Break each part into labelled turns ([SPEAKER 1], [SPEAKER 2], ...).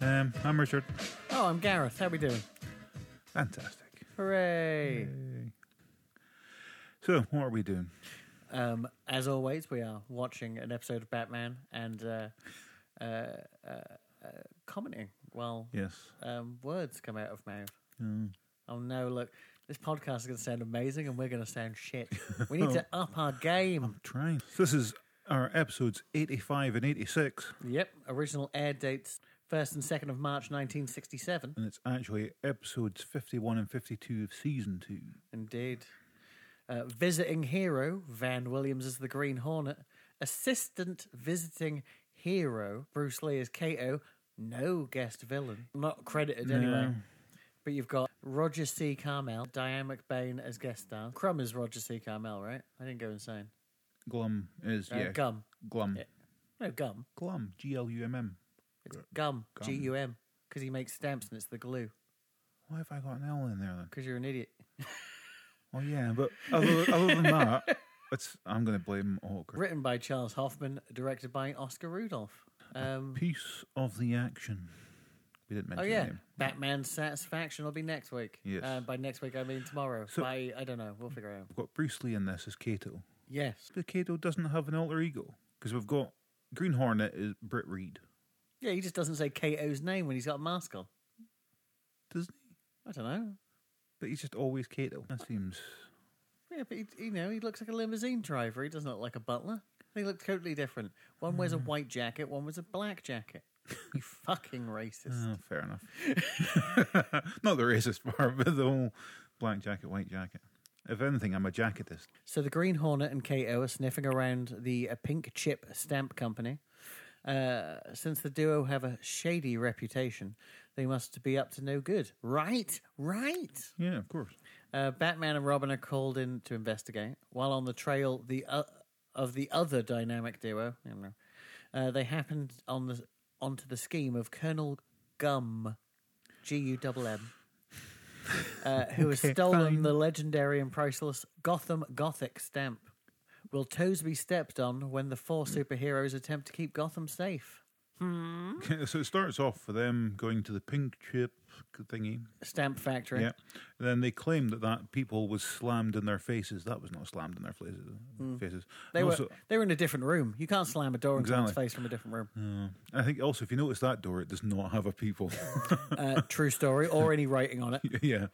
[SPEAKER 1] Um, I'm Richard.
[SPEAKER 2] Oh, I'm Gareth. How we doing?
[SPEAKER 1] Fantastic.
[SPEAKER 2] Hooray!
[SPEAKER 1] So, what are we doing?
[SPEAKER 2] Um, as always, we are watching an episode of Batman and uh, uh, uh, uh, commenting while
[SPEAKER 1] Yes.
[SPEAKER 2] um, words come out of mouth.
[SPEAKER 1] Mm.
[SPEAKER 2] Oh no! Look, this podcast is going to sound amazing, and we're going to sound shit. We need to up our game.
[SPEAKER 1] Trying. So this is our episodes 85 and 86,
[SPEAKER 2] Yep. Original air dates first and second of March, nineteen sixty-seven.
[SPEAKER 1] and it's actually episodes 51 and 52 of season two.
[SPEAKER 2] Indeed. Uh, visiting hero, Van Williams is the Green Hornet. Assistant visiting hero, Bruce Lee is Kato. No guest villain. Not credited anyway. But you've got Roger C. Carmel, Diane McBain as guest star. Crumb is Roger C. Carmel, right? I didn't go insane.
[SPEAKER 1] Glum is,
[SPEAKER 2] Uh,
[SPEAKER 1] yeah.
[SPEAKER 2] Gum.
[SPEAKER 1] Glum.
[SPEAKER 2] Yeah. No, Gum.
[SPEAKER 1] Glum. G L U M M.
[SPEAKER 2] It's Gum.
[SPEAKER 1] Gum.
[SPEAKER 2] G U M. Because he makes stamps and it's the glue.
[SPEAKER 1] Why have I got an L in there then?
[SPEAKER 2] Because you're an idiot.
[SPEAKER 1] Oh, yeah, but other, other than that, it's, I'm going to blame Hawker.
[SPEAKER 2] Written by Charles Hoffman, directed by Oscar Rudolph. Um,
[SPEAKER 1] Piece of the action. We didn't
[SPEAKER 2] Oh
[SPEAKER 1] mention
[SPEAKER 2] yeah,
[SPEAKER 1] the name.
[SPEAKER 2] Batman Satisfaction will be next week.
[SPEAKER 1] Yes.
[SPEAKER 2] Uh, by next week I mean tomorrow.
[SPEAKER 1] So-
[SPEAKER 2] by I don't know. We'll figure it out.
[SPEAKER 1] We've got Bruce Lee in this as Kato.
[SPEAKER 2] Yes.
[SPEAKER 1] But Kato doesn't have an alter ego because we've got Green Hornet is Britt Reed,
[SPEAKER 2] Yeah, he just doesn't say Kato's name when he's got a mask on.
[SPEAKER 1] doesn't he?
[SPEAKER 2] I don't know.
[SPEAKER 1] But he's just always Kato. That seems
[SPEAKER 2] Yeah, but he, you know, he looks like a limousine driver. He doesn't look like a butler. They look totally different. One wears a
[SPEAKER 1] Hmm.
[SPEAKER 2] white jacket. One wears a black jacket. you fucking racist.
[SPEAKER 1] oh, fair enough. Not the racist part, but the whole black jacket, white jacket. If anything, I'm a jacketist.
[SPEAKER 2] So the Green Hornet and Kato are sniffing around the uh, Pink Chip Stamp Company. Uh, since the duo have a shady reputation, they must be up to no good. Right, right.
[SPEAKER 1] Yeah, of course.
[SPEAKER 2] Uh, Batman and Robin are called in to investigate. While on the trail, the uh, of the other dynamic duo, I don't know, uh, they happened on the onto the scheme of Colonel Gum, G U M M, uh, who has
[SPEAKER 1] Okay,
[SPEAKER 2] stolen
[SPEAKER 1] fine.
[SPEAKER 2] the legendary and priceless Gotham Gothic stamp. Will toes be stepped on when the four
[SPEAKER 1] Mm.
[SPEAKER 2] superheroes attempt to keep Gotham safe?
[SPEAKER 1] Okay, so it starts off with them going to the pink chip thingy.
[SPEAKER 2] Stamp factory.
[SPEAKER 1] Yeah. Then they claim that that people was slammed in their faces. That was not slammed in their faces. faces.
[SPEAKER 2] Mm. They
[SPEAKER 1] And
[SPEAKER 2] were
[SPEAKER 1] also-
[SPEAKER 2] they were in a different room. You can't slam a door in someone's
[SPEAKER 1] Exactly.
[SPEAKER 2] face from a different room.
[SPEAKER 1] Uh, I think also if you notice that door, it does not have a people.
[SPEAKER 2] uh, true story or any writing on it.
[SPEAKER 1] yeah,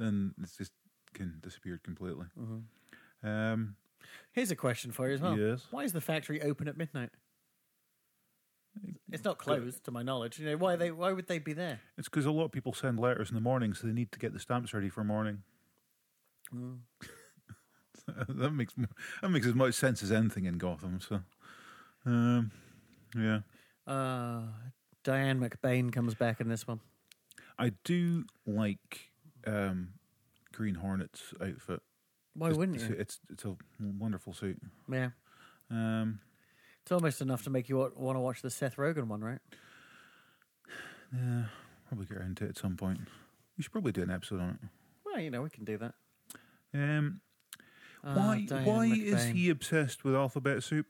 [SPEAKER 1] then it's just can disappeared completely.
[SPEAKER 2] Mm-hmm.
[SPEAKER 1] Um,
[SPEAKER 2] Here's a question for you as well.
[SPEAKER 1] Yes.
[SPEAKER 2] Why is the factory open at midnight? It's not closed, to my knowledge. You know why they? Why would they be there?
[SPEAKER 1] it's because a lot of people send letters in the morning, so they need to get the stamps ready for morning.
[SPEAKER 2] Mm.
[SPEAKER 1] that makes mo- that makes as much sense as anything in Gotham. So, um, yeah,
[SPEAKER 2] Uh, Diane McBain comes back in this one.
[SPEAKER 1] I do like um, Green Hornet's outfit.
[SPEAKER 2] Why
[SPEAKER 1] It's-
[SPEAKER 2] wouldn't
[SPEAKER 1] it's,
[SPEAKER 2] you?
[SPEAKER 1] It's it's a wonderful suit.
[SPEAKER 2] Yeah,
[SPEAKER 1] Um,
[SPEAKER 2] it's almost enough to make you want to watch the Seth Rogen one, right?
[SPEAKER 1] yeah, probably get around to it at some point. We should probably do an episode on it.
[SPEAKER 2] Well, you know we can do that.
[SPEAKER 1] Um,
[SPEAKER 2] Ah,
[SPEAKER 1] why
[SPEAKER 2] Diane
[SPEAKER 1] why is
[SPEAKER 2] McBain.
[SPEAKER 1] he obsessed with alphabet soup?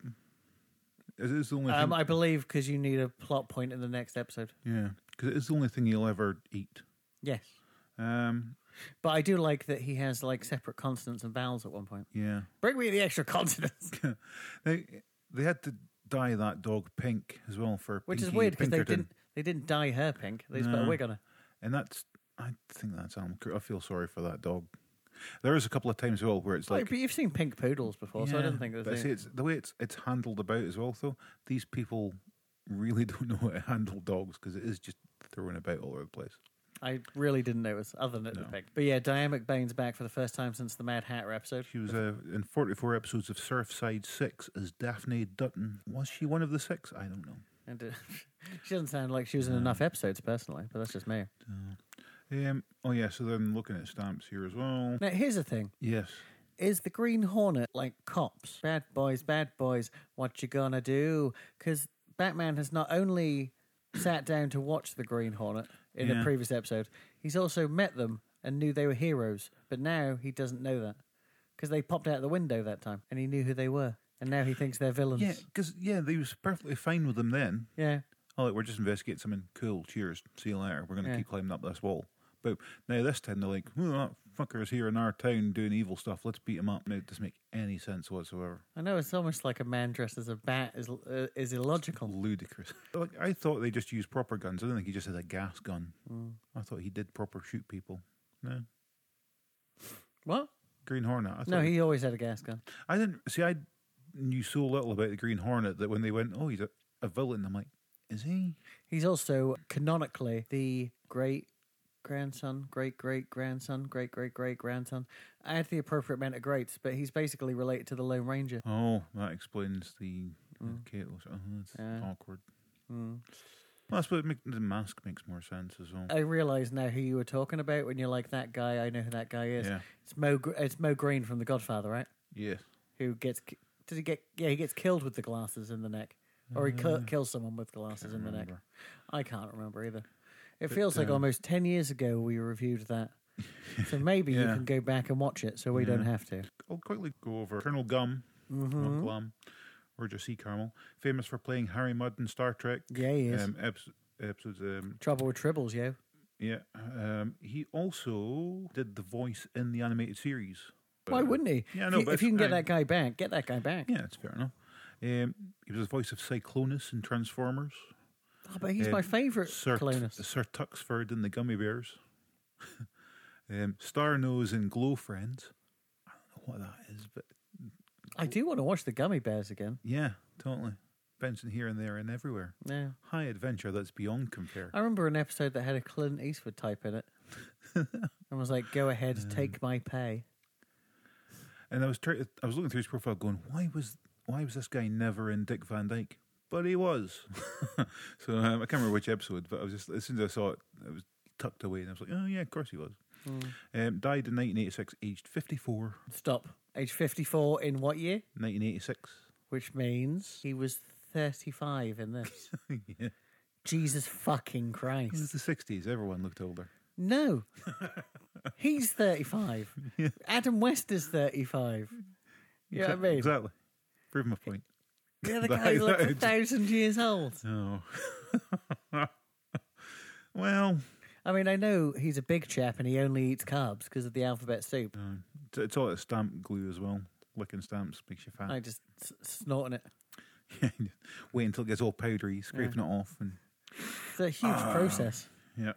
[SPEAKER 1] It is the only
[SPEAKER 2] Um,
[SPEAKER 1] thing,
[SPEAKER 2] I believe because you need a plot point in the next episode.
[SPEAKER 1] yeah, because it is the only thing he'll ever eat.
[SPEAKER 2] Yes,
[SPEAKER 1] Um,
[SPEAKER 2] but I do like that he has like separate consonants and vowels at one point.
[SPEAKER 1] yeah,
[SPEAKER 2] Bring me the extra consonants,
[SPEAKER 1] they they had to dye that dog pink as well for
[SPEAKER 2] which is
[SPEAKER 1] Pinky
[SPEAKER 2] weird because they
[SPEAKER 1] Pinkerton.
[SPEAKER 2] didn't they didn't dye her pink. They just put a
[SPEAKER 1] No.
[SPEAKER 2] wig on her.
[SPEAKER 1] and that's I think that's animal. cru- I feel sorry for that dog. There is a couple of times as well where it's
[SPEAKER 2] Well,
[SPEAKER 1] like.
[SPEAKER 2] Oh, but you've seen pink poodles before, so I
[SPEAKER 1] yeah,
[SPEAKER 2] don't think there's
[SPEAKER 1] but
[SPEAKER 2] any-
[SPEAKER 1] see, it's the way it's it's handled about as well. Though these people really don't know how to handle dogs because it is just thrown about all over the place.
[SPEAKER 2] I really didn't notice, other than it was pink. But yeah, Diane McBain's back for the first time since the Mad Hatter episode.
[SPEAKER 1] She was uh, in 44 episodes of Surfside 6 as Daphne Dutton. Was she one of the six? I don't know.
[SPEAKER 2] And uh, she doesn't sound like she was in enough episodes, personally, but that's just me.
[SPEAKER 1] Um, oh, yeah, so then looking at stamps here as well.
[SPEAKER 2] Now, here's the thing.
[SPEAKER 1] Yes.
[SPEAKER 2] Is the Green Hornet like cops? Bad boys, bad boys, what you gonna do? Because Batman has not only sat down to watch the Green Hornet in the
[SPEAKER 1] Yeah.
[SPEAKER 2] previous episode, he's also met them and knew they were heroes, but now he doesn't know that. Because they popped out the window that time and he knew who they were, and now he thinks they're villains.
[SPEAKER 1] Yeah, because, yeah, they was perfectly fine with them then.
[SPEAKER 2] Yeah.
[SPEAKER 1] Oh, look, we're just investigating something. Cool. Cheers. See you later. We're going to
[SPEAKER 2] Yeah.
[SPEAKER 1] keep climbing up this wall. Boom. Now, this time they're like, oh, that fucker's here in our town doing evil stuff. Let's beat him up. Now, it doesn't make any sense whatsoever.
[SPEAKER 2] I know it's almost like a man dressed as a bat is uh, is illogical.
[SPEAKER 1] Ludicrous. Like, I thought they just used proper guns. I don't think he just had a gas gun.
[SPEAKER 2] Mm.
[SPEAKER 1] I thought he did proper shoot people. No.
[SPEAKER 2] What?
[SPEAKER 1] Green Hornet. I thought
[SPEAKER 2] No, he always had a gas gun.
[SPEAKER 1] I didn't see. I knew so little about the Green Hornet that when they went, "Oh, he's a, a villain," I'm like, "Is he?"
[SPEAKER 2] He's also canonically the great grandson, great great grandson, great great great grandson. Add the appropriate amount of greats, but he's basically related to the Lone Ranger.
[SPEAKER 1] Oh, that explains the. Okay, it was, oh, that's
[SPEAKER 2] Mm. Yeah. Mm.
[SPEAKER 1] awkward. Well, that's what make, the mask makes more sense oh, as well.
[SPEAKER 2] I realize now who you were talking about when you're like that guy. I know who that guy is.
[SPEAKER 1] Yeah.
[SPEAKER 2] It's Mo. Gr- It's Mo Green from The Godfather, right?
[SPEAKER 1] yes,
[SPEAKER 2] Who gets? ki- Did he get? Yeah, he gets killed with the glasses in the neck, or he kill kills someone with glasses in the neck.
[SPEAKER 1] Uh, remember. uh,
[SPEAKER 2] I can't remember either. It feels like almost ten years ago we reviewed that. So maybe you
[SPEAKER 1] Yeah.
[SPEAKER 2] can go back and watch it, so we don't have to.
[SPEAKER 1] I'll quickly go over Colonel Gum, not
[SPEAKER 2] Mm-hmm.
[SPEAKER 1] Glum, Roger C. Carmel, famous for playing Harry Mudd in Star Trek.
[SPEAKER 2] Yeah, he is.
[SPEAKER 1] Um, eps- episodes. Um,
[SPEAKER 2] Trouble with tribbles, yo.
[SPEAKER 1] yeah, um, he also did the voice in the animated series. Uh,
[SPEAKER 2] Why wouldn't he?
[SPEAKER 1] Yeah, I
[SPEAKER 2] if
[SPEAKER 1] know,
[SPEAKER 2] you,
[SPEAKER 1] but
[SPEAKER 2] if you can get
[SPEAKER 1] I-
[SPEAKER 2] that guy back, get that guy back.
[SPEAKER 1] Yeah, that's fair enough. Um, he was the voice of Cyclonus in Transformers.
[SPEAKER 2] Oh, but he's
[SPEAKER 1] Uh,
[SPEAKER 2] my favourite
[SPEAKER 1] Sir,
[SPEAKER 2] Colonus.
[SPEAKER 1] Sir Tuxford in the Gummy Bears. um, Star Nose in Glow Friends. I don't know what that is, but
[SPEAKER 2] I do want to watch the Gummy Bears again.
[SPEAKER 1] yeah, totally. Benson here and there and everywhere.
[SPEAKER 2] Yeah.
[SPEAKER 1] High adventure that's beyond compare.
[SPEAKER 2] I remember an episode that had a Clint Eastwood type in it. and was like, go ahead, take my pay.
[SPEAKER 1] And I was try- I was looking through his profile, going, why was why was this guy never in Dick Van Dyke? But he was. so um, I can't remember which episode, but I was just as soon as I saw it, it was tucked away, and I was like, oh yeah, of course he was. Um, died in 1986, aged 54.
[SPEAKER 2] Stop. Age 54 in what year?
[SPEAKER 1] 1986.
[SPEAKER 2] Which means he was 35 in this.
[SPEAKER 1] yeah.
[SPEAKER 2] Jesus fucking
[SPEAKER 1] It
[SPEAKER 2] Christ.
[SPEAKER 1] was the 60s. Everyone looked older.
[SPEAKER 2] No. He's 35. Adam West is 35. You know what I mean?
[SPEAKER 1] Exactly. Prove my point.
[SPEAKER 2] The other
[SPEAKER 1] That
[SPEAKER 2] guy
[SPEAKER 1] is
[SPEAKER 2] looks a
[SPEAKER 1] age.
[SPEAKER 2] thousand years old.
[SPEAKER 1] Oh. well,
[SPEAKER 2] I mean, I know he's a big chap and he only eats carbs because of the alphabet soup.
[SPEAKER 1] it's- it's all that stamp glue as well. Licking stamps makes you fat.
[SPEAKER 2] I just s- snorting it.
[SPEAKER 1] Wait until it gets all powdery, scraping it off, and
[SPEAKER 2] It's a huge process.
[SPEAKER 1] yeah.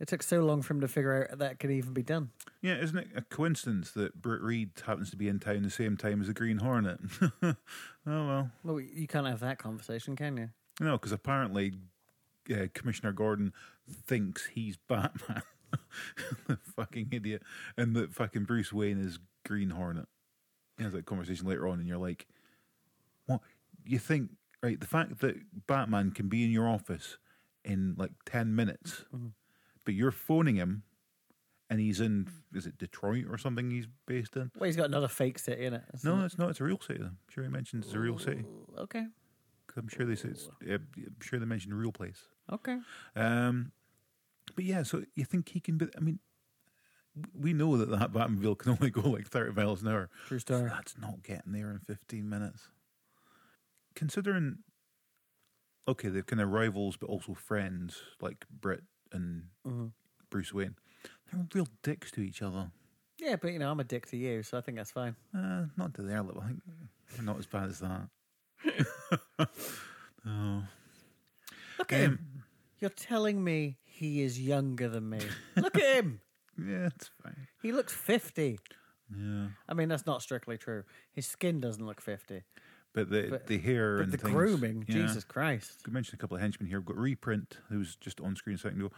[SPEAKER 2] It took so long for him to figure out that could even be done.
[SPEAKER 1] Yeah, isn't it a coincidence that Britt Reed happens to be in town the same time as the Green Hornet? oh well,
[SPEAKER 2] Well, you can't have that conversation, can you?
[SPEAKER 1] no, because apparently uh, Commissioner Gordon thinks he's Batman, the fucking idiot, and that fucking Bruce Wayne is Green Hornet. He has that conversation later on, and you're like, "What? You think right? The fact that Batman can be in your office in like ten minutes, but you're phoning him." And he's in, is it Detroit or something he's based in?
[SPEAKER 2] Well, he's got another fake city in it.
[SPEAKER 1] No, it's not. It's a real city. I'm sure he mentions it's a real city.
[SPEAKER 2] Okay.
[SPEAKER 1] 'Cause I'm sure they say it's. Uh, I'm sure they mention real place.
[SPEAKER 2] Okay.
[SPEAKER 1] Um, but yeah, so you think he can? Be, I mean, we know that that Batmobile can only go like 30 miles an hour.
[SPEAKER 2] True story.
[SPEAKER 1] That's not getting there in 15 minutes. Considering, okay, they're kind of rivals, but also friends like Britt and
[SPEAKER 2] Mm-hmm.
[SPEAKER 1] Bruce Wayne. They're real dicks to each other.
[SPEAKER 2] Yeah, but you know, I'm a dick to you, so I think that's fine.
[SPEAKER 1] Uh, not to their level. I think we're not as bad as that.
[SPEAKER 2] Look
[SPEAKER 1] Um,
[SPEAKER 2] at him. You're telling me he is younger than me. Look at him.
[SPEAKER 1] Yeah, it's fine.
[SPEAKER 2] He looks 50.
[SPEAKER 1] Yeah,
[SPEAKER 2] I mean, that's not strictly true. His skin doesn't look 50.
[SPEAKER 1] but the
[SPEAKER 2] But-
[SPEAKER 1] the hair
[SPEAKER 2] But
[SPEAKER 1] and
[SPEAKER 2] the
[SPEAKER 1] things-
[SPEAKER 2] grooming,
[SPEAKER 1] yeah.
[SPEAKER 2] Jesus Christ.
[SPEAKER 1] We mentioned a couple of henchmen here. We've got Reprint, who was just on screen a second ago,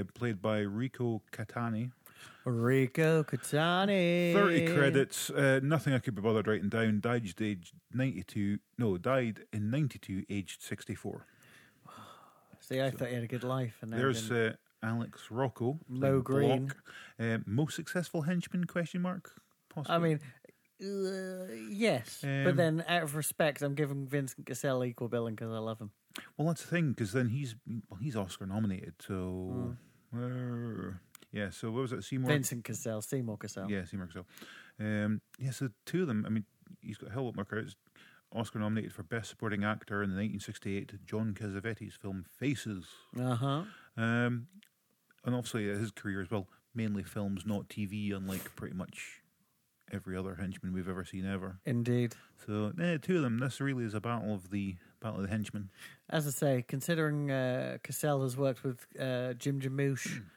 [SPEAKER 1] uh, played by Rico Catani.
[SPEAKER 2] Rico Catani.
[SPEAKER 1] 30 credits, uh, nothing I could be bothered writing down. Died aged age 92, no, died in 92, aged 64.
[SPEAKER 2] See, I thought he had a good life. And now he
[SPEAKER 1] There's
[SPEAKER 2] didn't.
[SPEAKER 1] uh, Alex Rocco. playing
[SPEAKER 2] Mo Green.
[SPEAKER 1] Block. Uh, most successful henchman, question mark? Possibly.
[SPEAKER 2] I mean, uh, yes. but
[SPEAKER 1] Um,
[SPEAKER 2] then, out of respect, I'm giving Vincent Cassell equal billing because I love him.
[SPEAKER 1] Well, that's the thing, because then he's well, he's Oscar nominated, so
[SPEAKER 2] Hmm.
[SPEAKER 1] Uh, yeah. So what was it, Seymour?
[SPEAKER 2] Vincent Cassell, Seymour Cassell.
[SPEAKER 1] Yeah, Seymour Cassell. Um, yeah, so two of them. I mean, he's got a hell of a lot more credits. Oscar nominated for Best Supporting Actor in the 1968 John Cassavetes film Faces.
[SPEAKER 2] Uh huh.
[SPEAKER 1] Um, and obviously uh, his career as well, mainly films, not TV, unlike pretty much every other henchman we've ever seen ever.
[SPEAKER 2] Indeed.
[SPEAKER 1] So, eh, two of them. This really is a battle of the battle of the henchmen.
[SPEAKER 2] As I say, considering uh, Cassell has worked with uh, Jim Jarmusch
[SPEAKER 1] Mm,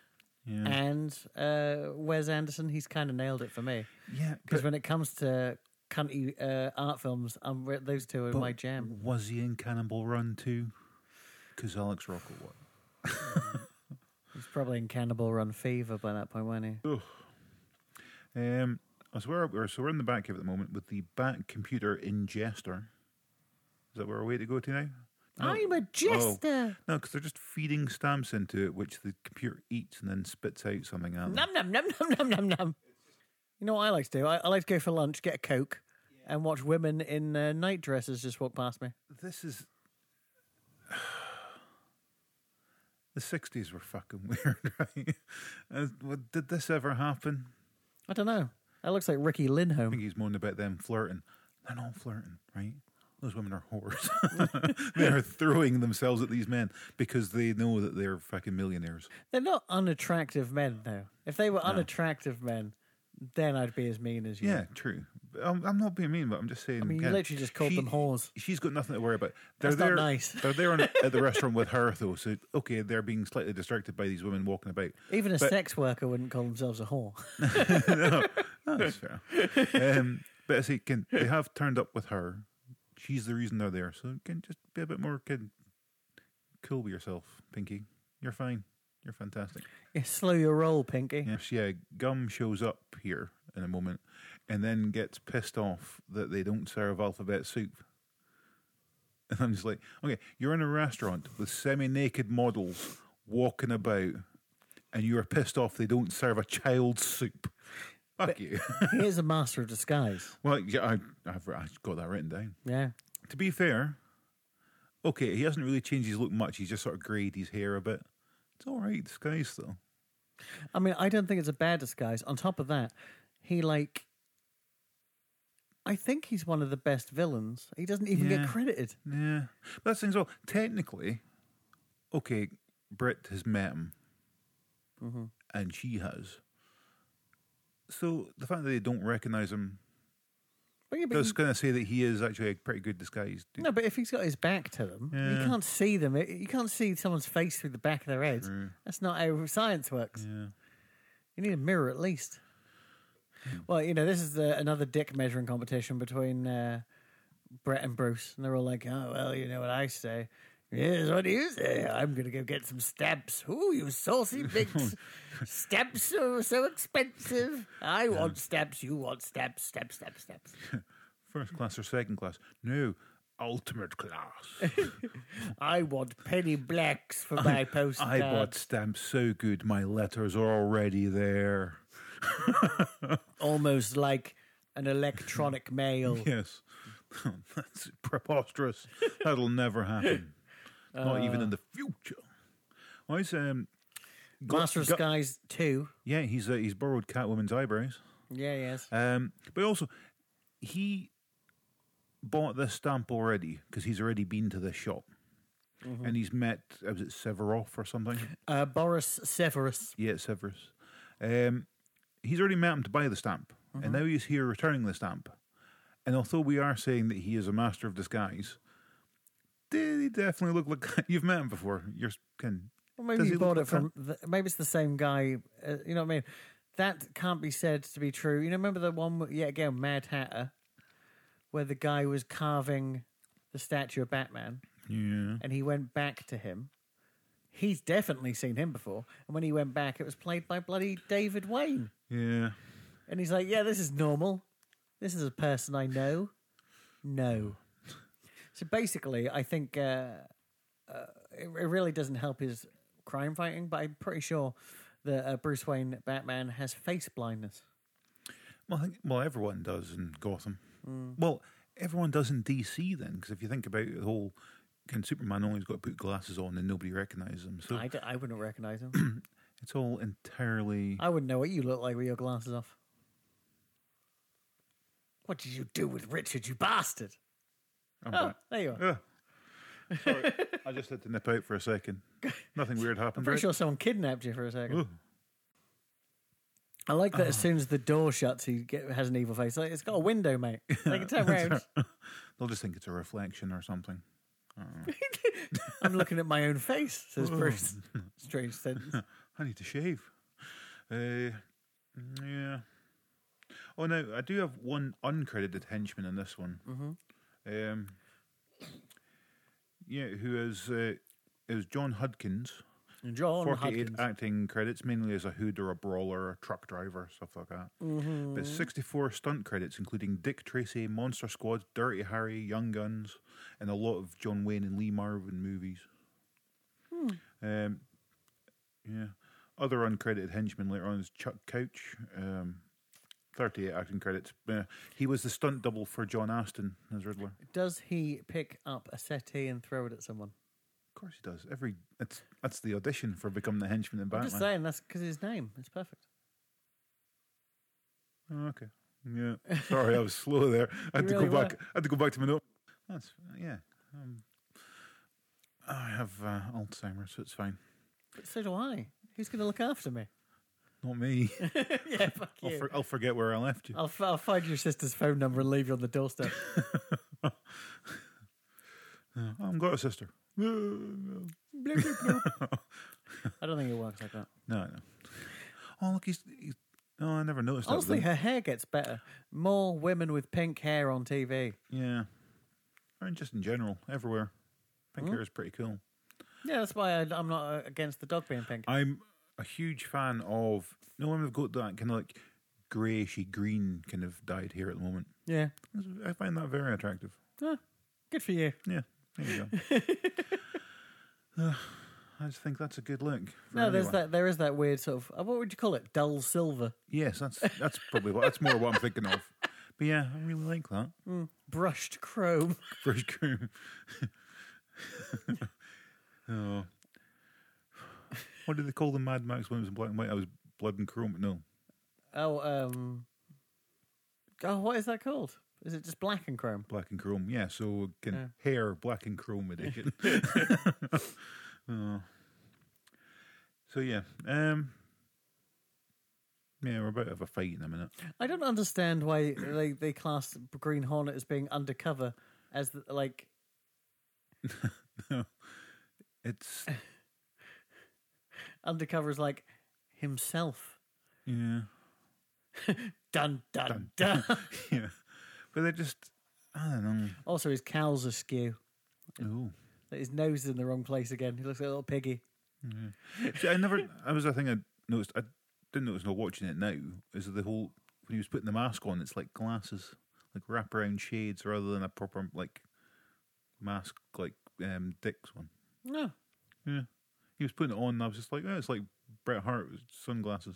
[SPEAKER 1] Yeah,
[SPEAKER 2] and uh, Wes Anderson, he's kind of nailed it for me.
[SPEAKER 1] yeah.
[SPEAKER 2] Because
[SPEAKER 1] but-
[SPEAKER 2] when it comes to cunty uh, art films, I'm, re- those two are
[SPEAKER 1] but
[SPEAKER 2] my jam.
[SPEAKER 1] Was he in Cannibal Run too? Because Alex Rockwell was.
[SPEAKER 2] He's probably in Cannibal Run Fever by that point, wasn't he?
[SPEAKER 1] Um, I swear we're so we're in the back here at the moment with the back computer ingester. Is that where we're way to go to now? No.
[SPEAKER 2] I'm a jester!
[SPEAKER 1] No, because they're just feeding stamps into it, which the computer eats and then spits out something at them.
[SPEAKER 2] Num num num num num num num. You know what I like to do? I, I like to go for lunch, get a coke, and watch women in uh, night dresses just walk past me.
[SPEAKER 1] This is. The 60s were fucking weird, right? Uh, what- Did this ever happen?
[SPEAKER 2] I don't know. That looks like Ricky
[SPEAKER 1] I
[SPEAKER 2] Lindholm.
[SPEAKER 1] think he's moaning about them flirting. They're not flirting, right? Those women are whores. they are throwing themselves at these men because they know that they're fucking millionaires.
[SPEAKER 2] They're not unattractive men, though. If they were unattractive men, then I'd be as mean as you.
[SPEAKER 1] Yeah, true. But I'm, I'm not being mean, but I'm just saying.
[SPEAKER 2] I mean, you
[SPEAKER 1] again,
[SPEAKER 2] literally just called them whores.
[SPEAKER 1] She's got nothing to worry about. They're
[SPEAKER 2] That's not
[SPEAKER 1] there.
[SPEAKER 2] nice.
[SPEAKER 1] They're there on, at the restaurant with her, though. So okay, they're being slightly distracted by these women walking about.
[SPEAKER 2] Even a
[SPEAKER 1] But-
[SPEAKER 2] sex worker wouldn't call themselves a whore.
[SPEAKER 1] Ah, That's fair. Um, but I say, can, they have turned up with her. She's the reason they're there. So can just be a bit more can, cool with yourself, Pinky. You're fine. You're fantastic.
[SPEAKER 2] Yeah, slow your roll, Pinky.
[SPEAKER 1] Yeah, she, uh, Gum shows up here in a moment, and then gets pissed off that they don't serve alphabet soup. And I'm just like, okay, you're in a restaurant with semi-naked models walking about, and you are pissed off they don't serve a child's soup. Fuck you.
[SPEAKER 2] He is a master of disguise.
[SPEAKER 1] Well, yeah, I, I've, I've got that written down.
[SPEAKER 2] Yeah.
[SPEAKER 1] To be fair, okay, he hasn't really changed his look much. He's just sort of greyed his hair a bit. It's all right, disguise though.
[SPEAKER 2] I mean, I don't think it's a bad disguise. On top of that, he like I think he's one of the best villains. He doesn't even
[SPEAKER 1] Yeah.
[SPEAKER 2] get credited.
[SPEAKER 1] Yeah, but that's things. Well, technically, okay, Britt has met him,
[SPEAKER 2] Mm-hmm.
[SPEAKER 1] and she has. So the fact that they don't recognise him
[SPEAKER 2] But yeah, but
[SPEAKER 1] does
[SPEAKER 2] you-
[SPEAKER 1] kind of say that he is actually a pretty good disguise. dude.
[SPEAKER 2] no, but if he's got his back to them,
[SPEAKER 1] Yeah.
[SPEAKER 2] you can't see them. You can't see someone's face through the back of their head. That's not how science works.
[SPEAKER 1] Yeah.
[SPEAKER 2] You need a mirror at least.
[SPEAKER 1] Hmm.
[SPEAKER 2] Well, you know, this is uh, another dick measuring competition between uh, Brett and Bruce, and they're all like, "Oh well, you know what I say." Yes, what do you say? I'm gonna go get some stamps. Ooh, you saucy bits! stamps are so expensive. I want stamps. You want stamps. Stamps. Stamps. Stamps.
[SPEAKER 1] First class or second class? No, ultimate class.
[SPEAKER 2] I want penny blacks for my
[SPEAKER 1] I
[SPEAKER 2] postcard.
[SPEAKER 1] bought stamps so good, my letters are already there.
[SPEAKER 2] almost like an electronic mail.
[SPEAKER 1] Yes, that's preposterous. That'll never happen. Not even
[SPEAKER 2] Uh.
[SPEAKER 1] in the future. Why is um, Gu-
[SPEAKER 2] Master of
[SPEAKER 1] Gu-
[SPEAKER 2] Skies Two.
[SPEAKER 1] Yeah, he's uh, he's borrowed Catwoman's eyebrows.
[SPEAKER 2] Yeah. Yes.
[SPEAKER 1] Um, but also, he bought this stamp already because he's already been to this shop, and he's met. uh, Was it Severoff or something?
[SPEAKER 2] Uh, Boris Severus.
[SPEAKER 1] Yeah, Severus. Um, he's already met him to buy the stamp, and now he's here returning the stamp. And although we are saying that he is a master of disguise, did he definitely look like you've met him before? You're can
[SPEAKER 2] Well, maybe
[SPEAKER 1] Does
[SPEAKER 2] he
[SPEAKER 1] he look
[SPEAKER 2] bought it
[SPEAKER 1] like
[SPEAKER 2] from. The, maybe it's the same guy. Uh, you know what I mean? That can't be said to be true. You know, remember the one with- yet again, Mad Hatter, where the guy was carving the statue of Batman,
[SPEAKER 1] yeah.
[SPEAKER 2] and he went back to him. He's definitely seen him before, and when he went back, it was played by bloody David Wayne,
[SPEAKER 1] Yeah.
[SPEAKER 2] and he's like, "Yeah, this is normal. This is a person I know." No. So basically, I think. Uh, it, it really doesn't help his crime fighting, but I'm pretty sure that uh, Bruce Wayne Batman has face blindness.
[SPEAKER 1] Well, I think, well, everyone does in Gotham.
[SPEAKER 2] Hmm.
[SPEAKER 1] Well, everyone does in DC then, because if you think about it, the whole, can Superman always got to put glasses on and nobody recognizes him? So
[SPEAKER 2] I, d- I wouldn't recognize him.
[SPEAKER 1] it's all entirely.
[SPEAKER 2] I wouldn't know what you look like with your glasses off. What did you do with Richard, you bastard?
[SPEAKER 1] I'm
[SPEAKER 2] Oh,
[SPEAKER 1] back.
[SPEAKER 2] there you are.
[SPEAKER 1] Ugh. Sorry, I just had to nip out for a second. Nothing weird happened.
[SPEAKER 2] I'm pretty
[SPEAKER 1] right?
[SPEAKER 2] sure someone kidnapped you for a second.
[SPEAKER 1] Ooh.
[SPEAKER 2] I like that as soon as the door shuts, he get, has an evil face. Like, it's got a window, mate. They can turn round.
[SPEAKER 1] They'll just think it's a reflection or something.
[SPEAKER 2] I'm looking at my own face, says Bruce. Strange sentence.
[SPEAKER 1] I need to shave. Uh, yeah. Oh no, I do have one uncredited henchman in this one. Mm-hmm. Um, yeah, who is uh, is John Hudkins?
[SPEAKER 2] John
[SPEAKER 1] Forty-eight
[SPEAKER 2] Hudkins.
[SPEAKER 1] acting credits, mainly as a hood or a brawler, a truck driver, stuff like that.
[SPEAKER 2] Mm-hmm.
[SPEAKER 1] But sixty-four stunt credits, including Dick Tracy, Monster Squad, Dirty Harry, Young Guns, and a lot of John Wayne and Lee Marvin movies.
[SPEAKER 2] Hmm.
[SPEAKER 1] Um, yeah. Other uncredited henchmen later on is Chuck Couch. Um, 38 acting credits. Uh, he was the stunt double for John Aston as Riddler.
[SPEAKER 2] Does he pick up a settee and throw it at someone?
[SPEAKER 1] Of course he does. Every it's that's the audition for becoming the henchman in
[SPEAKER 2] I'm
[SPEAKER 1] Batman.
[SPEAKER 2] just saying, that's because his name. It's perfect.
[SPEAKER 1] Oh, okay. Yeah. Sorry, I was slow there. I had
[SPEAKER 2] You
[SPEAKER 1] to
[SPEAKER 2] really
[SPEAKER 1] go back. I had to go back to my note. That's yeah. Um, I have uh, Alzheimer's, so it's fine.
[SPEAKER 2] But so do I. Who's going to look after me?
[SPEAKER 1] Not me.
[SPEAKER 2] yeah, Oh. fuck
[SPEAKER 1] I'll,
[SPEAKER 2] you.
[SPEAKER 1] for, I'll forget where I left you.
[SPEAKER 2] I'll, f- I'll find your sister's phone number and leave you on the doorstep.
[SPEAKER 1] Uh, I've got a sister. No,
[SPEAKER 2] Bloop, bloop, bloop. I don't think it works like that.
[SPEAKER 1] no. Oh look, he's. he's oh, I never noticed that. was
[SPEAKER 2] Honestly,
[SPEAKER 1] him.
[SPEAKER 2] her hair gets better. More women with pink hair on TV.
[SPEAKER 1] Yeah. I mean, just in general, everywhere. Pink hair is pretty cool.
[SPEAKER 2] Yeah, that's why I, I'm not uh, against the dog being pink.
[SPEAKER 1] I'm a huge fan of. No, women have got that kind of like greyishy green kind of dyed hair at the moment.
[SPEAKER 2] yeah.
[SPEAKER 1] I find that very attractive.
[SPEAKER 2] Ah, good for you.
[SPEAKER 1] Yeah, there you go. Uh, I just think that's a good look. for
[SPEAKER 2] No, there's
[SPEAKER 1] anyone.
[SPEAKER 2] that. There is that weird sort of. uh, What would you call it? Dull silver,
[SPEAKER 1] Yes, that's that's probably what that's more what I'm thinking of. But yeah, I really like that.
[SPEAKER 2] brushed chrome.
[SPEAKER 1] Fresh cream. oh. What did they call the Mad Max when it was in black and white? I was blood and chrome. No,
[SPEAKER 2] Oh, um. Oh, what is that called? Is it just black and chrome?
[SPEAKER 1] black and chrome. Yeah, so can hair black and chrome edition. oh. So yeah, um, yeah, we're about to have a fight in a minute.
[SPEAKER 2] I don't understand why they they class Green Hornet as being undercover as the, like
[SPEAKER 1] It's
[SPEAKER 2] undercover is like himself.
[SPEAKER 1] yeah,
[SPEAKER 2] Dun dun dun.
[SPEAKER 1] yeah, but they're just I don't know.
[SPEAKER 2] also, his cow's askew.
[SPEAKER 1] Ooh.
[SPEAKER 2] His nose is in the wrong place again. He looks like a little piggy.
[SPEAKER 1] See, I never. That was the thing I noticed. I didn't notice not watching it now. Is the whole when he was putting the mask on, it's like glasses, like wraparound shades, rather than a proper like mask, like um, Dick's one.
[SPEAKER 2] No,
[SPEAKER 1] Yeah, he was putting it on, and I was just like, oh, it's like Bret Hart with sunglasses.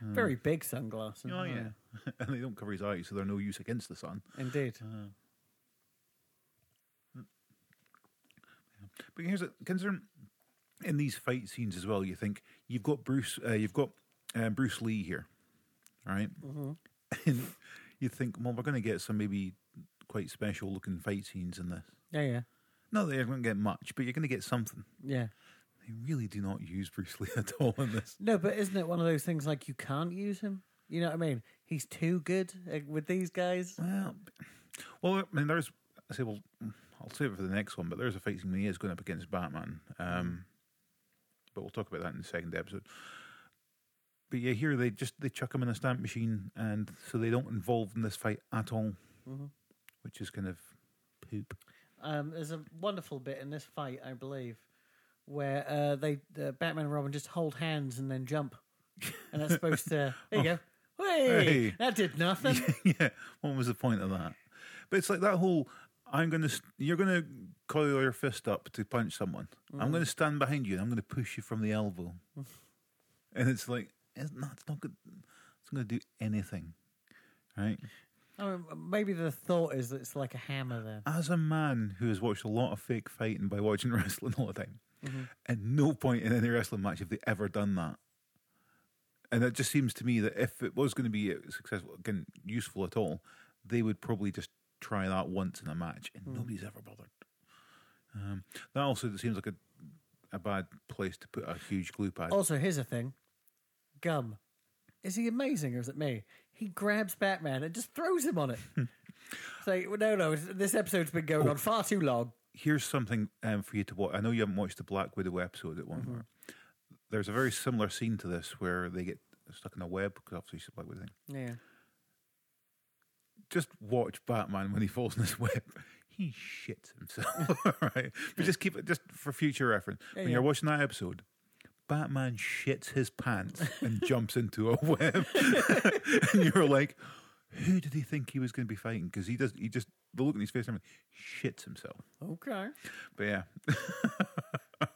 [SPEAKER 2] very big sunglasses.
[SPEAKER 1] Oh yeah, and they don't cover his eyes, so they're no use against the sun.
[SPEAKER 2] indeed.
[SPEAKER 1] But here's a concern in these fight scenes as well. You think you've got Bruce, uh, you've got um, Bruce Lee here, right? And you think, well, we're going to get some maybe quite special looking fight scenes in this.
[SPEAKER 2] Yeah, yeah,
[SPEAKER 1] Not that you're going to get much, but you're going to get something.
[SPEAKER 2] yeah.
[SPEAKER 1] They really do not use Bruce Lee at all in this.
[SPEAKER 2] No, but isn't it one of those things like you can't use him? You know what I mean? He's too good uh, with these guys.
[SPEAKER 1] Well, well, I mean, there's. I say, well, I'll save it for the next one, but there's a fight scene when he is going up against Batman. Um, but we'll talk about that in the second episode. But yeah, here they just they chuck him in a stamp machine, and so they don't involve in this fight at all, which is kind of poop.
[SPEAKER 2] Um, there's a wonderful bit in this fight, I believe, where uh, they uh, Batman and Robin just hold hands and then jump, and that's supposed to. There you go. Hey,
[SPEAKER 1] Hey.
[SPEAKER 2] that did nothing.
[SPEAKER 1] yeah, what was the point of that? But it's like that whole I'm going to, you're going to coil your fist up to punch someone. I'm going to stand behind you and I'm going to push you from the elbow. and it's like, it's not, it's not good. It's not going to do anything. Right?
[SPEAKER 2] I mean, maybe the thought is that it's like a hammer. Then
[SPEAKER 1] As a man who has watched a lot of fake fighting by watching wrestling all the time, at no point in any wrestling match have they ever done that. And it uh, just seems to me that if it was going to be successful, again, useful at all, they would probably just try that once in a match, and nobody's ever bothered. Um, that also seems like a a bad place to put a huge glue pad.
[SPEAKER 2] Also, here's a thing Gum. Is he amazing or is it me? He grabs Batman and just throws him on it. so, no, no, this episode's been going on far too long.
[SPEAKER 1] here's something um, for you to watch. I know you haven't watched the Black Widow episode at one point. There's a very similar scene to this where they get stuck in a web because obviously she's a Black Widow. Thing.
[SPEAKER 2] Yeah.
[SPEAKER 1] Just watch Batman when he falls in this web. He shits himself, right? But just keep it just for future reference. when
[SPEAKER 2] yeah.
[SPEAKER 1] you're watching that episode, Batman shits his pants and jumps into a web, and you're like, "Who did he think he was going to be fighting?" Because he does. He just the look in his face. I mean, shits himself.
[SPEAKER 2] Okay.
[SPEAKER 1] But yeah. but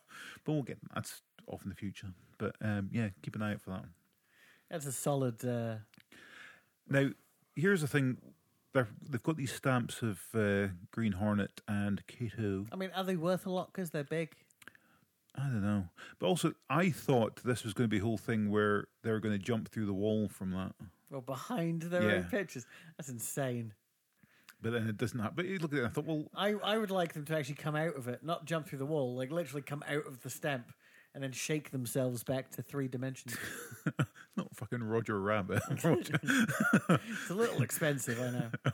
[SPEAKER 1] we'll get that's off in the future. But um, yeah, keep an eye out for that. One.
[SPEAKER 2] That's a solid. Uh,
[SPEAKER 1] Now, here's the thing: They're, they've got these stamps of uh, Green Hornet and Kato.
[SPEAKER 2] I mean, are they worth a lot because they're big?
[SPEAKER 1] I don't know, but also I thought this was going to be a whole thing where they were going to jump through the wall from that.
[SPEAKER 2] Or behind their own
[SPEAKER 1] Yeah.
[SPEAKER 2] pictures? That's insane.
[SPEAKER 1] But then it doesn't happen. But you look at it, and I thought, well,
[SPEAKER 2] I, I would like them to actually come out of it, not jump through the wall, like literally come out of the stamp and then shake themselves back to three dimensions.
[SPEAKER 1] not fucking Roger Rabbit.
[SPEAKER 2] it's a little expensive, I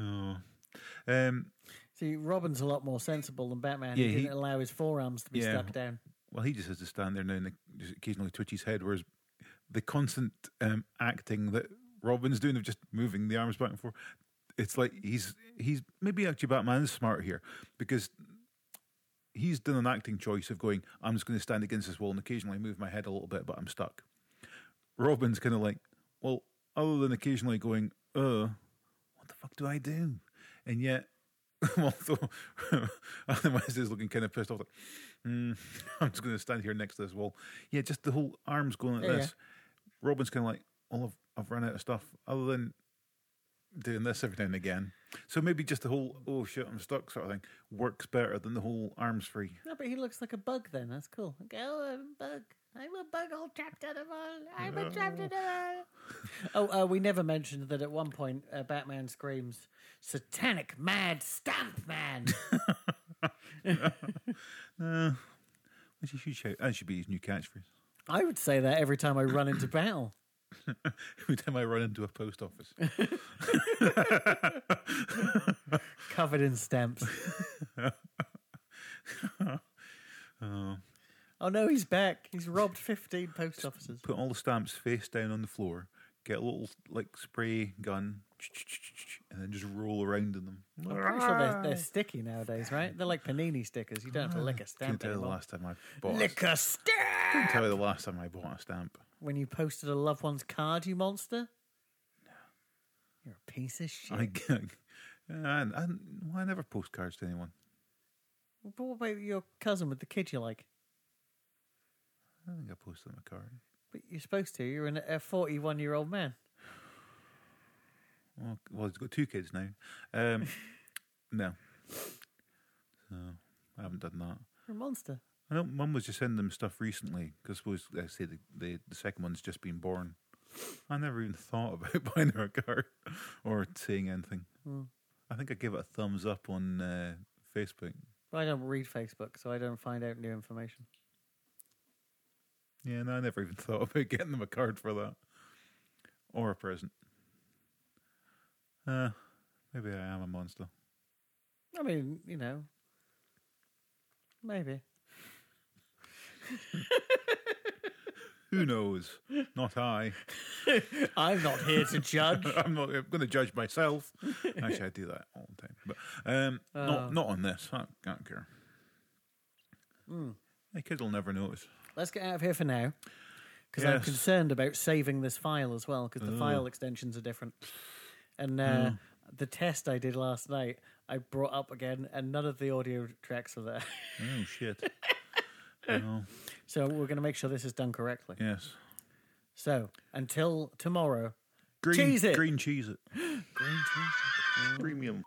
[SPEAKER 2] know.
[SPEAKER 1] oh. um,
[SPEAKER 2] See, Robin's a lot more sensible than Batman.
[SPEAKER 1] Yeah,
[SPEAKER 2] he
[SPEAKER 1] he-
[SPEAKER 2] didn't allow his forearms to be
[SPEAKER 1] Yeah.
[SPEAKER 2] stuck down.
[SPEAKER 1] Well, he just has to stand there now and just occasionally twitch his head, whereas the constant um, acting that Robin's doing of just moving the arms back and forth, it's like he's he's maybe actually Batman is smart here because he's done an acting choice of going, I'm just going to stand against this wall and occasionally move my head a little bit, but I'm stuck. Robin's kind of like, well, other than occasionally going, uh, what the fuck do I do? And yet, although otherwise is looking kind of pissed off, like, "Hmm, I'm just going to stand here next to this wall. Yeah, just the whole arms going like
[SPEAKER 2] Yeah, yeah.
[SPEAKER 1] this. Robin's kind of like, well, I've, I've run out of stuff other than doing this every now and again. So maybe just the whole, oh shit, I'm stuck sort of thing works better than the whole arms free.
[SPEAKER 2] No, but he looks like a bug then. That's cool. Go, I'm a bug. I'm a bug all trapped in a wall. I'm a trapped in a wall. oh, uh, we never mentioned that at one point uh, Batman screams, Satanic mad stamp man.
[SPEAKER 1] No, which he "Eh, should shout. That should be his new catchphrase.
[SPEAKER 2] I would say that every time I run into battle.
[SPEAKER 1] Every time I run into a post office.
[SPEAKER 2] covered in stamps. oh no, he's back. He's robbed 15 post offices.
[SPEAKER 1] put all the stamps face down on the floor, get a little like spray gun, and then just roll around in them.
[SPEAKER 2] I'm pretty sure they're, they're sticky nowadays, right? They're like panini stickers. You don't have to lick a
[SPEAKER 1] Can't
[SPEAKER 2] stamp
[SPEAKER 1] Ah. tell you the
[SPEAKER 2] anymore.
[SPEAKER 1] last time I bought. A,
[SPEAKER 2] Lick a stamp!
[SPEAKER 1] can't tell you the last time I bought a stamp.
[SPEAKER 2] When you posted a loved one's card, you monster? No. You're a piece of shit.
[SPEAKER 1] I, g- I, I, I never postcards to anyone.
[SPEAKER 2] But what about your cousin with the kid you like?
[SPEAKER 1] I don't think I posted them a card.
[SPEAKER 2] But you're supposed to. You're an, a 41 year old man.
[SPEAKER 1] Well, well, he's got two kids now. Um, no, so I haven't done that.
[SPEAKER 2] You're a monster.
[SPEAKER 1] I know mum was just sending them stuff recently because suppose I say the, the the second one's just been born. I never even thought about buying her a card or saying anything. I think I gave it a thumbs up on uh, Facebook.
[SPEAKER 2] I don't read Facebook, so I don't find out new information.
[SPEAKER 1] Yeah, no, I never even thought about getting them a card for that or a present. Uh, maybe I am a monster.
[SPEAKER 2] I mean, you know, maybe.
[SPEAKER 1] Who knows? Not I.
[SPEAKER 2] I'm not here to judge.
[SPEAKER 1] I'm not I'm going to judge myself. Actually, I do that all the time, but um,
[SPEAKER 2] Oh.
[SPEAKER 1] not not on this. I don't care.
[SPEAKER 2] Hmm.
[SPEAKER 1] The kid will never notice.
[SPEAKER 2] Let's get out of here for now because I'm
[SPEAKER 1] Yes.
[SPEAKER 2] concerned about saving this file as well because the file extensions are different. And uh, the test I did last night, I brought up again, and none of the audio tracks are there.
[SPEAKER 1] Oh shit! oh,
[SPEAKER 2] so we're going to make sure this is done correctly.
[SPEAKER 1] yes.
[SPEAKER 2] So until tomorrow,
[SPEAKER 1] Green
[SPEAKER 2] Cheese it.
[SPEAKER 1] Green cheese it. green cheese it. Premium.